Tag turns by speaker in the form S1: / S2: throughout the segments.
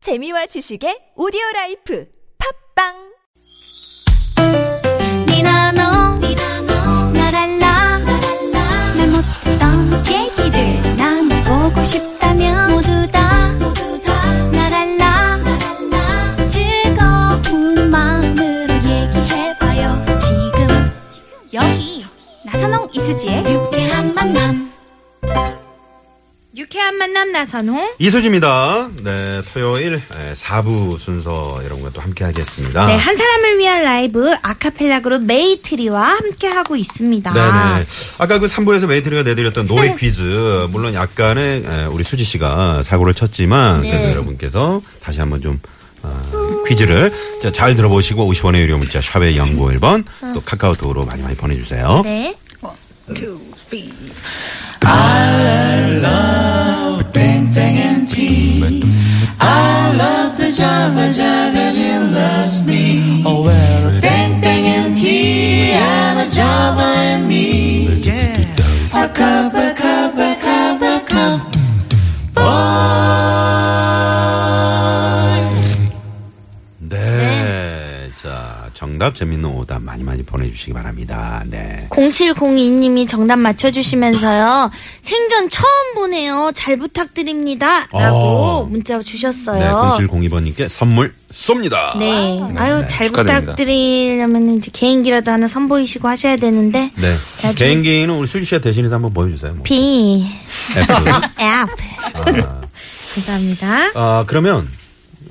S1: 재미와 지식의 오디오 라이프 팝빵
S2: 니나노 날 알라 말 못했던 얘기를 나눠보고 싶다면 모두 다날 알라 즐거운 마음으로 얘기해봐요 지금 여기 나선홍 이수지의 유쾌한 만남
S3: 유쾌한 만남 나선홍.
S4: 이수지입니다. 네, 토요일 네, 4부 순서 여러분과 또 함께 하겠습니다.
S3: 네, 한 사람을 위한 라이브 아카펠라 그룹 메이트리와 함께 하고 네. 있습니다.
S4: 네네. 아까 그 3부에서 메이트리가 내드렸던 노래 퀴즈. 물론 약간의 에, 우리 수지 씨가 사고를 쳤지만
S3: 네.
S4: 그래도 여러분께서 다시 한번 좀 어, 퀴즈를 자, 잘 들어보시고 50원의 유료 문자 샵의 0951번 또 카카오톡으로 많이 많이 보내주세요.
S3: 아. 네.
S4: 네. 자, 정답 재밌는 오답 많이 많이 보내주시기 바랍니다. 네.
S3: 0702님이 정답 맞춰주시면서요. 생전 처음 보네요. 잘 부탁드립니다. 라고
S4: 어.
S3: 문자
S4: 네,
S3: 주셨어요.
S4: 0702번님께 선물 쏩니다.
S3: 네. 아유, 잘
S5: 축하드립니다.
S3: 부탁드리려면 이제 개인기라도 하나 선보이시고 하셔야 되는데.
S4: 네.
S3: 나중에-
S4: 개인기는 우리 수지 씨가 대신해서 한번 보여주세요. 뭐.
S3: B,
S4: F.
S3: F. 감사합니다.
S4: 아 그러면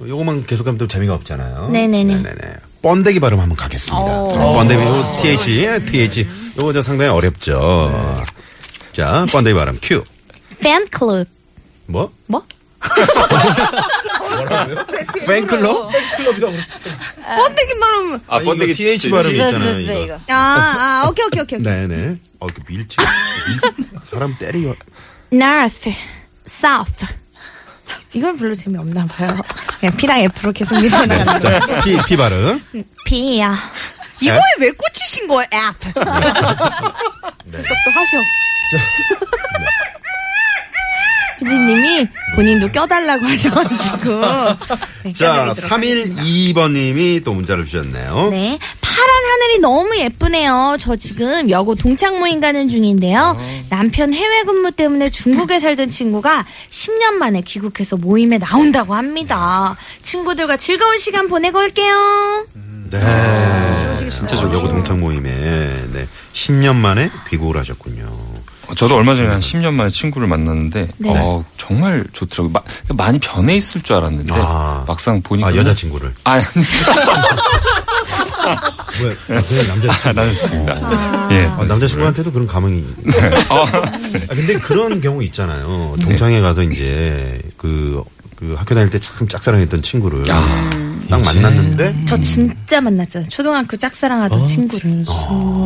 S4: 요거만 계속하면 또 재미가 없잖아요.
S3: 네네네. 어.
S4: 네네네. 번데기 발음 한번 가겠습니다. 네, 번데기 요 th th 요거 저 상당히 어렵죠. 자 번데기 발음 큐.
S3: 팬클럽.
S4: 뭐?
S3: 뭐?
S4: 뭐라고요? 팬클럽?
S3: 번데기 네, 말하면.
S5: 아,
S4: 아니, 이거 th 발음 있잖아요. 이거.
S3: 아, 아, 오케이, 오케이, 오케이. 오케이.
S4: 네네. 어, 그 밀치. 사람 때려.
S3: North, South. 이건 별로 재미없나 봐요. 그냥 P랑 F로 계속
S4: 네.
S3: 밀어나가는 네,
S4: 자, 피, 피 발음.
S3: P야. 이거에 왜 꽂히신 거예요, F? 또 하셔. 피디님이 본인도 껴달라고 하셔가지고. 네,
S4: 자,
S3: 껴드리도록 하겠습니다.
S4: 312번님이 또 문자를 주셨네요.
S3: 네. 파란 하늘이 너무 예쁘네요. 저 지금 여고 동창 모임 가는 중인데요. 남편 해외 근무 때문에 중국에 살던 친구가 10년 만에 귀국해서 모임에 나온다고 합니다. 친구들과 즐거운 시간 보내고 올게요.
S4: 네. 진짜 저 여고 동창 모임에 네. 10년 만에 귀국을 하셨군요. 아,
S5: 저도 얼마 전에 한 10년 만에 친구를 만났는데
S3: 네.
S5: 어, 정말 좋더라고요. 마- 많이 변해 있을 줄 알았는데
S4: 아.
S5: 막상 보니까
S4: 아, 여자친구를.
S5: 아, 아니,
S4: 왜, 왜 아, 남자친구? 네.
S5: 나였습니다. 예.
S4: 아, 남자친구한테도 그런 감흥이. 아, 근데 그런 경우 있잖아요. 동창회 가서 이제 그, 그 학교 다닐 때 참 짝사랑했던 친구를 딱 만났는데.
S3: 저 진짜 만났잖아요. 초등학교 짝사랑하던 친구를.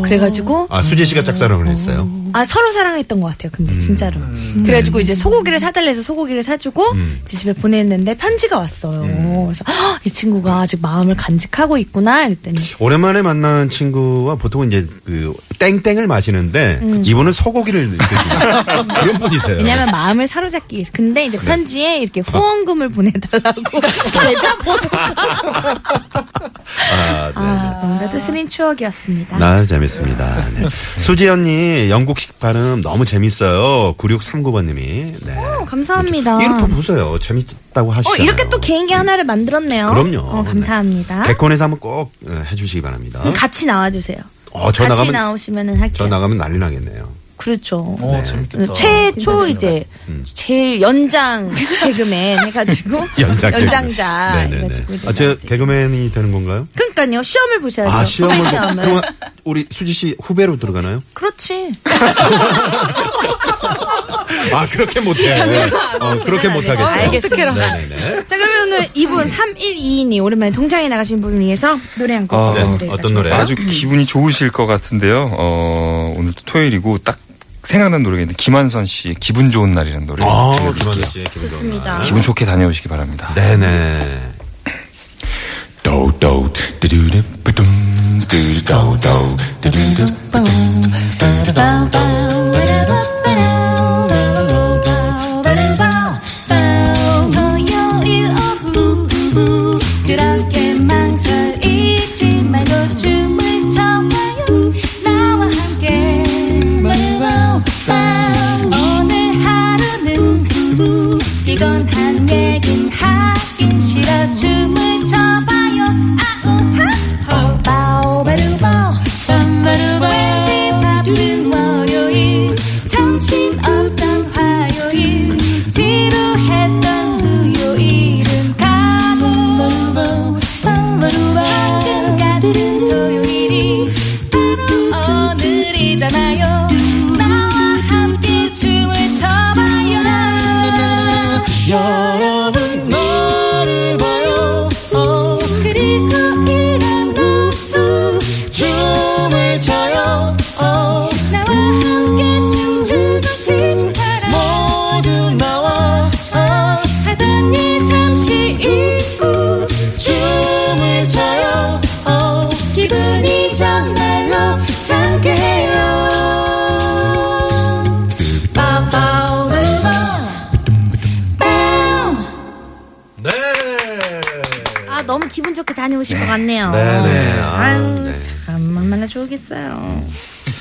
S3: 그래가지고
S4: 아, 수지 씨가 짝사랑을 했어요.
S3: 아 서로 사랑했던 것 같아요. 근데 진짜로. 음. 그래가지고 이제 소고기를 사달래서 소고기를 사주고 이제 집에 보냈는데 편지가 왔어요. 그래서 "헉, 이 친구가 아직 마음을 간직하고 있구나. 이랬더니
S4: 오랜만에 만난 친구와 보통은 이제 그 땡땡을 마시는데 이분은 소고기를 이렇게 드시는 그런 분이세요.
S3: 왜냐면 마음을 사로잡기 위해서. 근데 이제 편지에 이렇게 후원금을 보내달라고 계좌번호가.
S4: 아, 네.
S3: 아, 뭔가 스린 추억이었습니다.
S4: 나 아, 재밌습니다. 네. 수지 언니 영국식 발음 너무 재밌어요. 9639번님이. 네.
S3: 어, 감사합니다.
S4: 이렇게 보세요. 재밌다고 하시죠.
S3: 어, 이렇게 또 개인기 하나를 만들었네요.
S4: 그럼요.
S3: 어, 감사합니다.
S4: 네. 개콘에서 한번 꼭 어, 해주시기 바랍니다.
S3: 그럼 같이 나와주세요.
S4: 어, 저
S3: 같이
S4: 나가면-
S3: 나오시면은 할게요.
S4: 저 나가면 난리 나겠네요.
S3: 그렇죠.
S5: 어, 재밌겠다.
S3: 최초 이제
S4: 음.
S3: 제일 연장 개그맨 해가지고
S4: 연장자.
S3: 연장자
S4: 네네네.
S3: 해가지고 이제
S4: 아, 저
S3: 나왔어요.
S4: 개그맨이 되는 건가요?
S3: 그러니까요 시험을 보셔야죠.
S4: 아, 시험을.
S3: 후배
S4: 보- 그러면 우리 수지 씨 후배로 들어가나요?
S3: 그렇지.
S4: 아, 그렇게 못해. 어, 그렇게 못하겠어요.
S3: 알겠습니다.
S4: 네네네.
S3: 자 그러면은 이분 3122님 오랜만에 동창회 나가신 분을 위해서 노래 한곡
S5: 어,
S4: 네. 어떤 노래요?
S5: 아주 기분이 좋으실 것 같은데요. 어, 오늘 또 토요일이고 딱 생각난 노래가 있는데 김한선 씨의 기분 좋은 날이라는
S3: 네.
S5: 노래.
S4: 아,
S5: 를
S4: 김한수
S5: 들려드릴게요.
S4: 씨. 김종환.
S3: 좋습니다.
S4: 네.
S5: 기분 좋게 다녀오시기 바랍니다.
S4: 네네.
S5: 도도 두두둠 뿌둠 두도도 두두둠
S2: 토요일 오후 어.
S5: 네.
S3: 아, 너무 기분 좋게 다녀오신 것 같네요.
S4: 네, 네. 아,
S3: 아유,
S4: 네.
S3: 참, 얼마나 좋겠어요.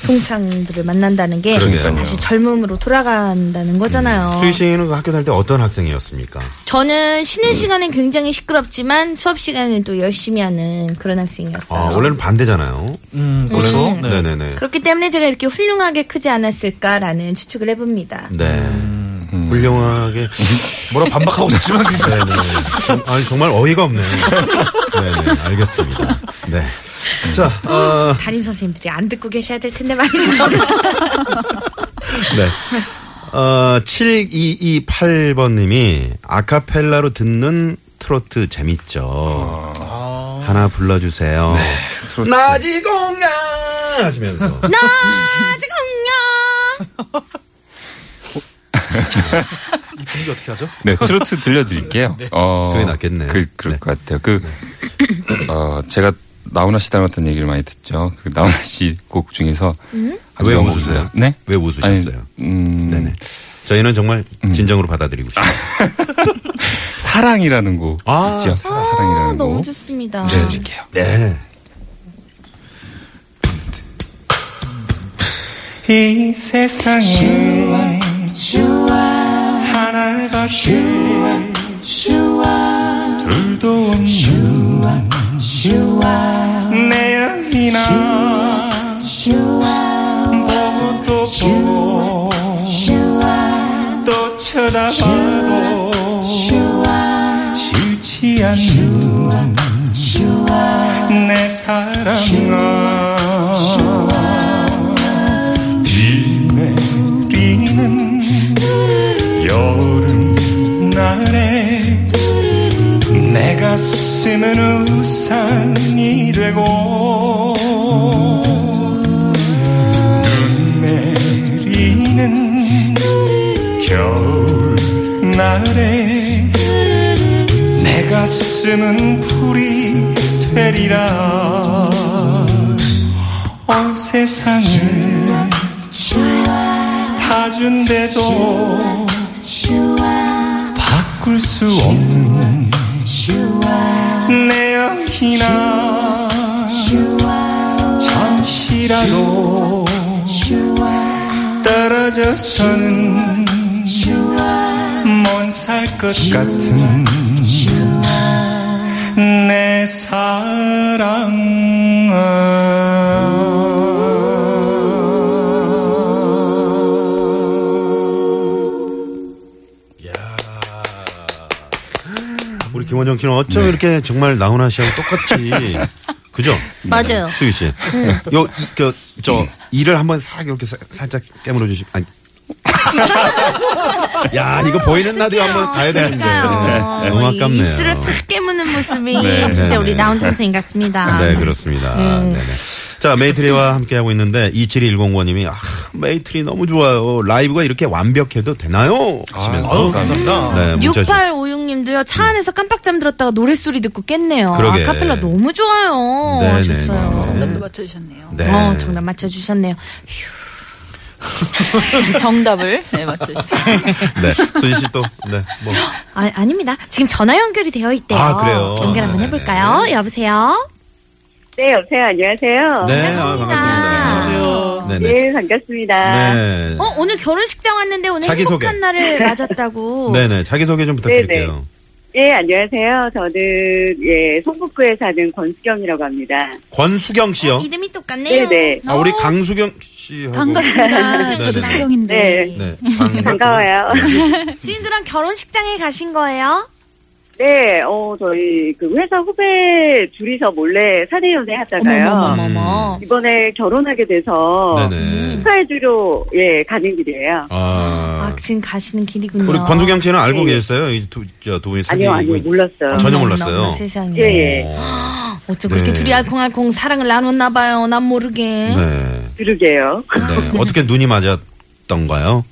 S3: 동창들을 만난다는 게
S4: 그러게요.
S3: 다시 젊음으로 돌아간다는 거잖아요.
S4: 수희 씨는 음. 그 학교 다닐 때 어떤 학생이었습니까?
S3: 저는 쉬는 시간엔 굉장히 시끄럽지만 수업 시간에는 또 열심히 하는 그런
S4: 아,
S3: 학생이었어요.
S4: 원래는 반대잖아요.
S6: 음, 그렇죠.
S4: 원래는 네, 네, 네.
S3: 네. 그렇기 때문에 제가 이렇게 훌륭하게 크지 않았을까라는 추측을 해봅니다.
S4: 네.
S5: 음.
S4: 훌륭하게.
S6: 뭐라 반박하고 싶지만
S4: 네, 네. 정, 아니, 정말 어이가 없네. 네, 네. 알겠습니다. 네. 자, 어,
S3: 담임 선생님들이 안 듣고 계셔야 될 텐데 말이죠.
S4: 네. 어, 7228번님이 아카펠라로 듣는 트로트 재밌죠. 하나 불러주세요.
S5: 아. 네, 트로트.
S4: 나지공야 하시면서.
S3: 나지금요.
S6: 분위기 어떻게 하죠?
S5: 네, 트로트 들려드릴게요. 어,
S4: 네. 그게 낫겠네.
S5: 그, 그럴
S4: 네.
S5: 것 같아요. 그, 어, 제가 나훈아 씨 닮았다는 얘기를 많이 듣죠. 그 나훈아 씨 곡 중에서.
S3: 음?
S5: 아주
S4: 왜
S5: 너무
S4: 웃으세요?
S5: 웃깁니다. 네?
S4: 왜 웃으셨어요?
S5: 아니, 음,
S4: 네네. 저희는 정말 진정으로 받아들이고 싶어요.
S5: 사랑이라는 곡.
S4: 아,
S5: 있죠?
S3: 아,
S5: 사랑이라는
S3: 너무
S5: 곡.
S3: 좋습니다.
S5: 들려드릴게요.
S4: 네.
S7: 이 세상에 하나밖에 둘도 없는 내 여기나 보고 또 보고 또 쳐다봐도 싫지 않는 내 사랑아 비 내리는 여름날에 내 가슴은 우산이 되고 눈 내리는 겨울날에 내 가슴은 풀이 되리라 온 세상을 다 준대도 바꿀 수 없는 내 여기나 잠시라도 떨어져서는 못 살 것 같은 내 사랑아
S4: 음. 우리 김원정 씨는 어쩜 이렇게 정말 나훈아 씨하고 똑같이. 그죠?
S3: 맞아요. 음.
S4: 수희 씨. 요, 이, 그, 저, 이를 한번 싹 이렇게 사- 살짝 깨물어 주시, 아니. 야, 이거 보이는 라디오 한번 가야 되는데.
S3: 그러니까요.
S4: 네, 너무
S3: 이
S4: 아깝네요.
S3: 입술을 싹 깨무는 모습이
S4: 네,
S3: 진짜
S4: 네,
S3: 우리
S4: 네.
S3: 나훈 선생님 같습니다.
S4: 네, 그렇습니다. 네네. 자, 메이트리와 함께하고 있는데, 2710번님이, 아, 메이트리 너무 좋아요. 라이브가 이렇게 완벽해도 되나요?
S6: 아유,
S4: 하시면서.
S6: 감사합니다.
S4: 네, 문자 주-
S3: 6856님도요 차 안에서 깜빡 잠들었다가 노래 소리 듣고 깼네요.
S4: 그러게.
S3: 아카펠라 너무 좋아요.
S4: 네,
S3: 하셨어요.
S4: 네, 네.
S8: 정답도 맞춰주셨네요.
S4: 네.
S3: 어, 정답 맞춰주셨네요. 휴,
S8: 정답을 네, 맞춰주셨어요.
S4: 네. 수지 씨 또, 네, 뭐.
S3: 아, 아닙니다. 지금 전화 연결이 되어 있대요.
S4: 아, 그래요?
S3: 연결 한번
S4: 네네네.
S3: 해볼까요? 여보세요?
S9: 네, 여보세요. 안녕하세요.
S4: 네, 아, 반갑습니다. 안녕하세요. 네, 네.
S9: 네, 반갑습니다.
S4: 네.
S3: 어, 오늘 결혼식장 왔는데 오늘
S4: 자기소개.
S3: 행복한 날을 맞았다고.
S4: 네네. 자기소개 좀 부탁드릴게요.
S9: 예, 안녕하세요. 저는 예, 성북구에 사는 권수경이라고 합니다.
S4: 권수경 씨요.
S3: 어, 이름이 똑같네요.
S9: 네,
S4: 아, 우리 강수경 씨하고.
S8: 반갑습니다.
S4: 네, 네.
S8: 저도 수경인데.
S9: 네.
S4: 네. 강-
S9: 반가워요.
S3: 지금 그럼 결혼식장에 가신 거예요?
S9: 네, 어, 저희 그 회사 후배 둘이서 몰래 사내 연애 하다가요.
S3: 어머머머머.
S9: 이번에 결혼하게 돼서
S4: 네네.
S9: 축하해주러 예, 가는 길이에요.
S4: 아.
S3: 아, 지금 가시는 길이군요.
S4: 우리 권수경 씨는 알고
S9: 네.
S4: 계셨어요? 이 두, 저, 두 분이
S9: 아. 아니요,
S4: 사귀고
S9: 아니요,
S4: 있-
S9: 몰랐어요.
S4: 아, 전혀
S3: 어머나,
S4: 몰랐어요.
S3: 어머나, 음, 세상에.
S9: 예, 예.
S3: 어쩜
S4: 네.
S3: 그렇게 둘이 알콩알콩 사랑을 나눴나 봐요. 난 모르게.
S4: 네.
S9: 그러게요.
S4: 네. 어떻게 눈이 맞았던가요?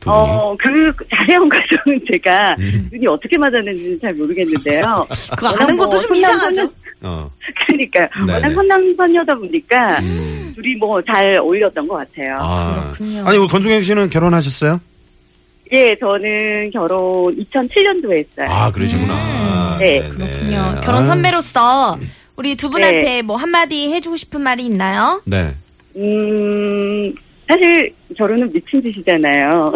S4: 두 분이. 음.
S9: 어, 그 자세한 과정은 제가 눈이 어떻게 맞았는지는 잘 모르겠는데요.
S3: 그거 아는 것도 좀 이상하죠?
S4: 어.
S9: 그러니까요.
S4: 네네.
S9: 워낙 선남선녀다 보니까
S4: 음.
S9: 둘이 뭐 잘 어울렸던 것 같아요.
S4: 아.
S3: 그렇군요.
S4: 아니, 우리 권수경 씨는 결혼하셨어요?
S9: 예, 저는 결혼 2007년도에 했어요.
S4: 아, 그러시구나.
S9: 네.
S4: 아.
S9: 음. 네,
S3: 그렇군요. 결혼 선배로서 우리 두 분한테
S9: 네.
S3: 뭐 한마디 해주고 싶은 말이 있나요?
S4: 아, 네.
S9: 음, 사실 결혼은 미친 짓이잖아요.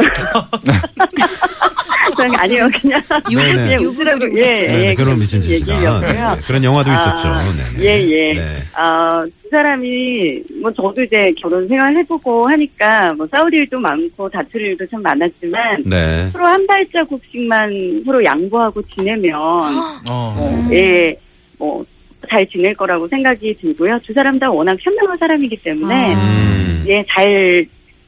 S9: 그냥 아니요, 그냥
S4: 네네.
S9: 그냥 웃으라고 예,
S4: 네,
S9: 예,
S4: 네, 결혼 미친
S9: 그렇게
S4: 짓이다. 네,
S9: 얘기하려고요.
S4: 네. 그런 영화도
S9: 아,
S4: 있었죠. 네, 네.
S9: 예, 예.
S4: 네.
S9: 아, 두 사람이, 뭐, 저도 이제 결혼 생활 해보고 하니까, 뭐, 싸울 일도 많고, 다툴 일도 참 많았지만,
S4: 네.
S9: 서로 한 발자국씩만 서로 양보하고 지내면,
S6: 어.
S4: 음.
S9: 예, 뭐, 잘 지낼 거라고 생각이 들고요. 두 사람 다 워낙 현명한 사람이기 때문에,
S3: 아.
S4: 음.
S9: 예, 잘,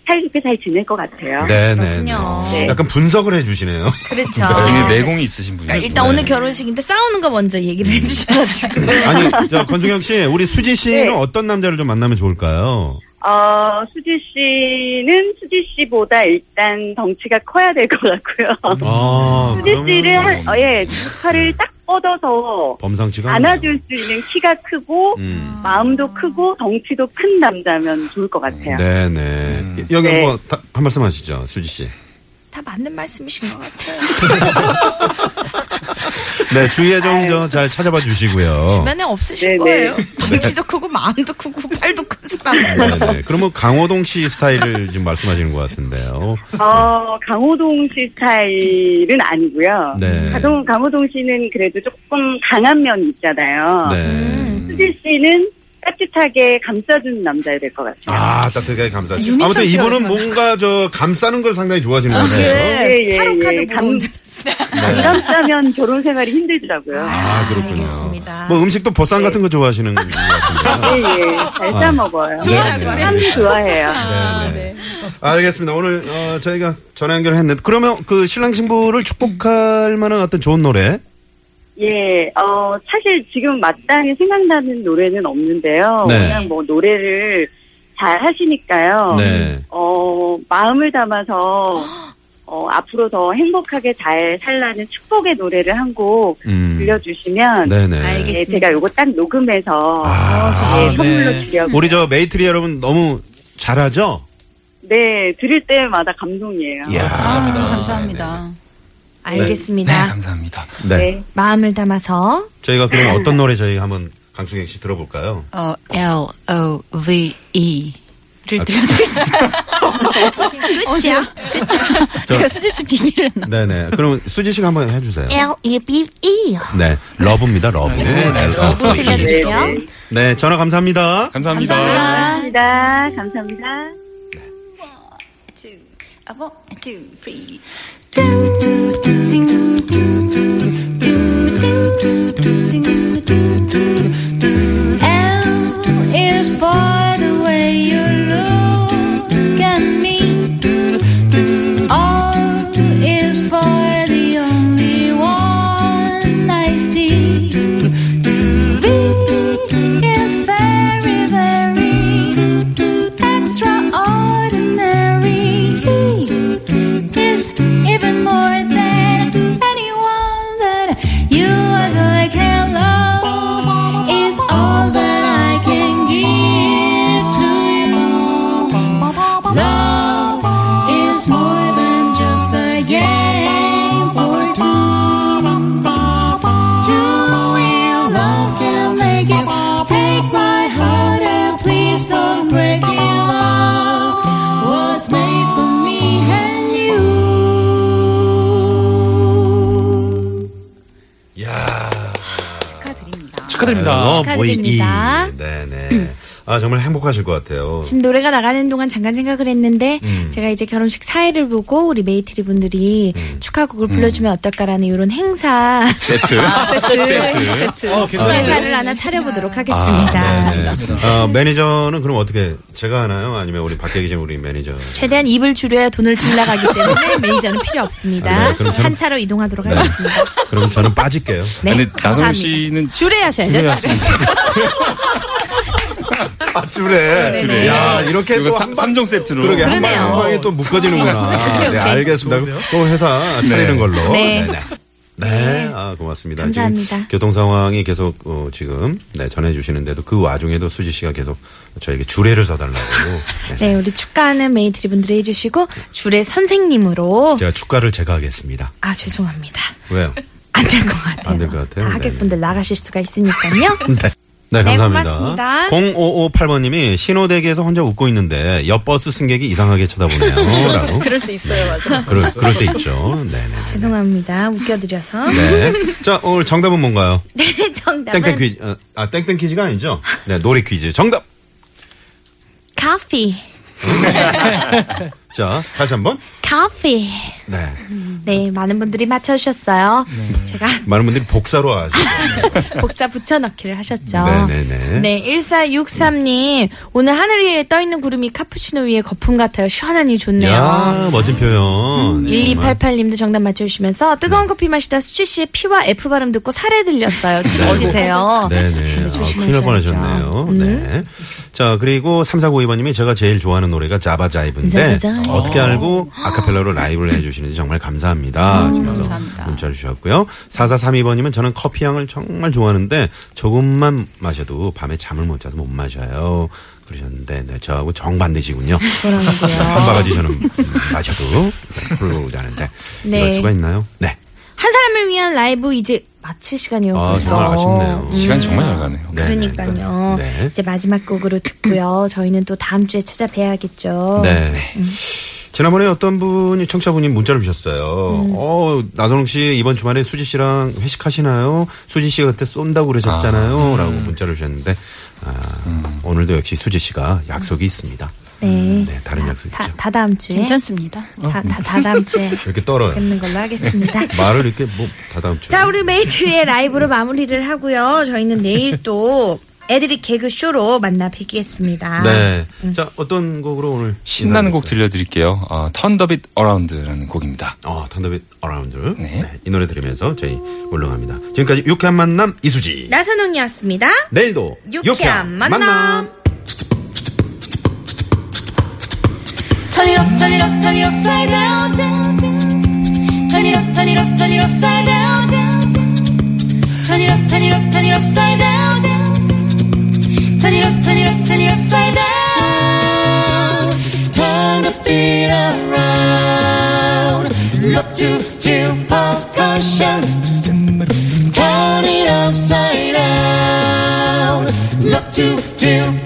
S9: 살게 잘 지낼 것 같아요.
S4: 네, 네, 네.
S3: 그렇군요.
S9: 네.
S4: 약간 분석을 해주시네요.
S3: 그렇죠.
S5: 굉장히 내공이 있으신 분이죠.
S3: 그러니까 일단
S4: 네. 음.
S3: 오늘 결혼식인데 싸우는 거 먼저 얘기를 해주셔가지고.
S4: 아니, 저 권중혁 씨, 우리 수지 씨는
S9: 네.
S4: 어떤 남자를 좀 만나면 좋을까요?
S9: 어, 수지 씨는 수지 씨보다 일단 덩치가 커야 될 것 같고요.
S4: 아,
S9: 수지 씨를,
S4: 그러면 음.
S9: 한, 어, 예, 두 팔을 딱 뻗어서,
S4: 범상치가 않네요.
S9: 안아줄 수 있는 키가 크고
S4: 음.
S9: 마음도 크고 덩치도 큰 남자면 좋을 것 같아요.
S4: 네, 네. 여기
S9: 네.
S4: 뭐, 다- 한 말씀 하시죠, 수지 씨.
S3: 다 맞는 말씀이신 것 같아요.
S4: 네, 주위에 좀 잘 찾아봐 주시고요.
S3: 주변에 없으실
S9: 네, 네.
S3: 거예요. 덩치도 크고 마음도 크고 팔도 큰 사람.
S4: 네, 네. 그러면 강호동 씨 스타일을 지금 말씀하시는 것 같은데요.
S9: 어, 강호동 씨 스타일은 아니고요.
S4: 네.
S9: 가동, 강호동 씨는 그래도 조금 강한 면이 있잖아요. 음,
S4: 네.
S9: 수지 씨는 따뜻하게 감싸주는 남자여야 될 것 같아요.
S4: 아, 따뜻하게 감사합니다.
S3: 유민선
S4: 아무튼
S3: 씨가
S4: 이분은
S3: 얼마나-
S4: 뭔가 저 감싸는 걸 상당히 좋아하시는 거네요.
S9: 예, 예,
S3: 타로 카드
S9: 예.
S3: 물어본 줄
S4: 네.
S9: 안 감싸면 결혼 생활이 힘들더라고요.
S4: 아, 그렇군요.
S3: 알겠습니다.
S4: 뭐 음식도
S9: 네.
S4: 보쌈 같은 거 좋아하시는 것 같은데요.
S9: 예, 예. 잘
S4: 아.
S9: 싸먹어요.
S4: 네, 네, 네.
S9: 참 좋아해요.
S4: 네, 네. 알겠습니다. 오늘 어, 저희가 전화 연결을 했는데 그러면 그 신랑 신부를 축복할 만한 어떤 좋은 노래?
S9: 예, 어, 사실 지금 마땅히 생각나는 노래는 없는데요.
S4: 네.
S9: 그냥 뭐 노래를 잘 하시니까요.
S4: 네.
S9: 어, 마음을 담아서, 어, 앞으로 더 행복하게 잘 살라는 축복의 노래를 한 곡
S4: 음.
S9: 들려주시면,
S4: 네, 네.
S3: 알겠습니다.
S9: 예, 제가 요거 딱 녹음해서,
S4: 아,
S9: 예,
S6: 아,
S9: 선물로
S6: 네.
S9: 드려고.
S4: 우리 저 메이트리 여러분 너무 잘하죠?
S9: 네, 들을 때마다 감동이에요.
S4: 이야.
S8: 아, 감사합니다.
S5: 네,
S3: 알겠습니다.
S5: 감사합니다.
S4: 네.
S9: 네.
S3: 마음을 담아서
S4: 저희가 그럼 어떤 노래 저희 한번 강승혁 씨 들어볼까요?
S8: 어, L O V E를 들려드릴 수
S3: 어, 끝이야.
S4: 저-
S8: 있어요. 수지 씨 비기를 했나?
S4: 네네. 그럼 수지 씨가 한번 해주세요.
S3: L E B E.
S4: 네. 러브입니다, 러브. 네,
S3: 러브
S4: 러브.
S3: 들려드릴게요.
S4: 네, 전화 감사합니다.
S5: 감사합니다.
S9: 감사합니다. 감사합니다.
S8: Two, one, two, three.
S2: L is for the way you look at me. O is for the only one I see. V is very, very extraordinary. E is even more than anyone that you are like hello is all that I can give to you. Love is more than just a game or two. Two will love can make it. Take my heart and please don't break it. Love was made for me and you.
S4: 이야. 아, 뭐
S8: 축하드립니다.
S6: 축하드립니다.
S3: 축하드립니다.
S4: 네네. 아, 정말 행복하실 것 같아요.
S3: 지금 노래가 나가는 동안 잠깐 생각을 했는데
S4: 음.
S3: 제가 이제 결혼식 사회를 보고 우리 메이트리 분들이
S4: 음.
S3: 축하곡을 불러주면 어떨까라는 이런 행사
S5: 세트.
S8: 세트. 세트.
S6: 어, 괜찮은데.
S3: 행사를 하나 차려보도록 하겠습니다.
S4: 네. 어, 매니저는 그럼 어떻게 제가 하나요? 아니면 우리 밖에 계신 우리 매니저?
S3: 최대한 입을 줄여야 돈을 질나가기 때문에 매니저는 필요 없습니다.
S4: 네, 그럼 저는-
S3: 한 차로 이동하도록
S4: 네.
S3: 하겠습니다.
S4: 그럼 저는 빠질게요.
S3: 네,
S5: 근데 나성
S3: 감사합니다.
S5: 씨는
S3: 줄여야 하셔야죠.
S4: 아, 줄에.
S5: 줄에.
S4: 야, 이렇게 또
S5: 이거 삼-
S4: 한 방-
S5: 삼종 세트로.
S4: 그러게 한 방에
S3: 그러네요.
S4: 한 방에 또 묶어지는구나. 네, 알겠습니다. 또 회사 차리는 걸로.
S3: 네.
S4: 네네. 네. 아, 고맙습니다.
S3: 감사합니다.
S4: 지금 교통 상황이 계속 어, 지금 네, 전해 주시는데도 그 와중에도 수지 씨가 계속 저에게 주례를 써 달라고.
S3: 네, 우리 축가는 메이트리분들이 해주시고 줄의 선생님으로
S4: 제가 축가를 제가 하겠습니다.
S3: 아 죄송합니다.
S4: 왜요? 네,
S3: 안 될 것 같아요.
S4: 안될것 같아요?
S3: 다 하객분들
S4: 네.
S3: 나가실 수가 있으니까요.
S4: 네,
S3: 네,
S4: 감사합니다.
S3: 고맙습니다.
S4: 0558번님이 신호대기에서 혼자 웃고 있는데 옆 버스 승객이 이상하게 쳐다보네요. 라고. 그럴 때 있어요, 맞아. 그럴, 그럴 때 있죠. 네, 네.
S3: 죄송합니다. 웃겨드려서.
S4: 네. 자, 오늘 정답은 뭔가요?
S3: 네, 정답은
S4: 땡땡 퀴즈. 어, 아, 땡땡 퀴즈가 아니죠? 네, 노래 퀴즈. 정답!
S3: 커피,
S4: 자, 다시 한 번.
S3: 커피.
S4: 네.
S3: 네, 많은 분들이 맞춰주셨어요. 제가
S4: 많은 분들이 복사로 아시죠?
S3: 복사 붙여넣기를 하셨죠.
S4: 네네네.
S3: 네, 1463님. 오늘 하늘 위에 떠있는 구름이 카푸치노 위에 거품 같아요. 시원하니 좋네요. 음,
S4: 야 멋진 표현. 네, 정말.
S3: 1288님도 정답 맞춰주시면서
S4: 네.
S3: 뜨거운 커피 마시다 수치 씨의 P와 F 발음 듣고 살해 들렸어요. 책임지세요.
S4: 네. 네네. 아, 큰일
S3: 조심하셔야죠. 음.
S4: 날 뻔하셨네요. 네. 자, 그리고 3492번님이 제가 제일 좋아하는 노래가 자바자이브인데
S3: 자바자이브.
S4: 어떻게 알고 아카펠라로 라이브를 해주시는지 정말
S3: 음,
S4: 감사합니다. 하시면서
S8: 감사합니다.
S4: 문자를 주셨고요. 4432번님은 저는 커피향을 정말 좋아하는데 조금만 마셔도 밤에 잠을 못 자서 못 마셔요. 그러셨는데 네, 저하고 정반대시군요. 한 바가지 저는 음, 마셔도 네, 콜로 자는데
S3: 네.
S4: 이럴 수가 있나요? 네.
S3: 한 사람을 위한 라이브 이제 마칠 시간이에요.
S4: 아,
S3: 벌써.
S4: 정말 아쉽네요.
S5: 시간이 정말 잘 가네요.
S4: 네, 네, 네.
S3: 그러니까요.
S4: 네.
S3: 이제 마지막 곡으로 듣고요. 저희는 또 다음 주에 찾아뵈야겠죠.
S4: 네. 지난번에 어떤 분이 청취자분이 문자를 주셨어요.
S3: 음.
S4: 어, 나선홍 씨 이번 주말에 수지 씨랑 회식하시나요? 수지 씨가 그때 쏜다고 그러셨잖아요. 라고
S3: 음.
S4: 문자를 주셨는데 아, 오늘도 역시 수지 씨가 약속이 있습니다.
S3: 음. 네.
S4: 네, 다른 약속이
S3: 다,
S4: 있죠. 어.
S3: 다 다음 주에.
S8: 괜찮습니다.
S3: 다, 다, 다 다음 주에
S4: 이렇게 떨어요.
S3: 뵙는 걸로 하겠습니다.
S4: 말을 이렇게 뭐다 다음 주.
S3: 자, 우리 메이트리의 라이브로 마무리를 하고요. 저희는 내일 또 애들이 개그쇼로 만나 뵙겠습니다.
S4: 네.
S3: 아.
S4: 자, 어떤 곡으로 오늘
S5: 신나는 곡
S4: 들.
S5: 들려드릴게요. 어, 턴더빗 어라운드라는 곡입니다.
S4: 어, 턴더빗 어라운드.
S5: 네.
S4: 네. 이 노래 들으면서 저희 물러갑니다. 지금까지 유쾌한 만남 이수지.
S3: 나선홍이었습니다.
S4: 내일도
S3: 유쾌한 만남.
S2: Turn it up, turn it up, turn it upside down, down, down. Turn it up, turn it up, turn it upside down, down, down. Turn it up, turn it up, turn it upside down, down. Turn it up, turn it up, turn it upside down. Turn the beat around. Look to feel percussion. Turn it upside down. Look to feel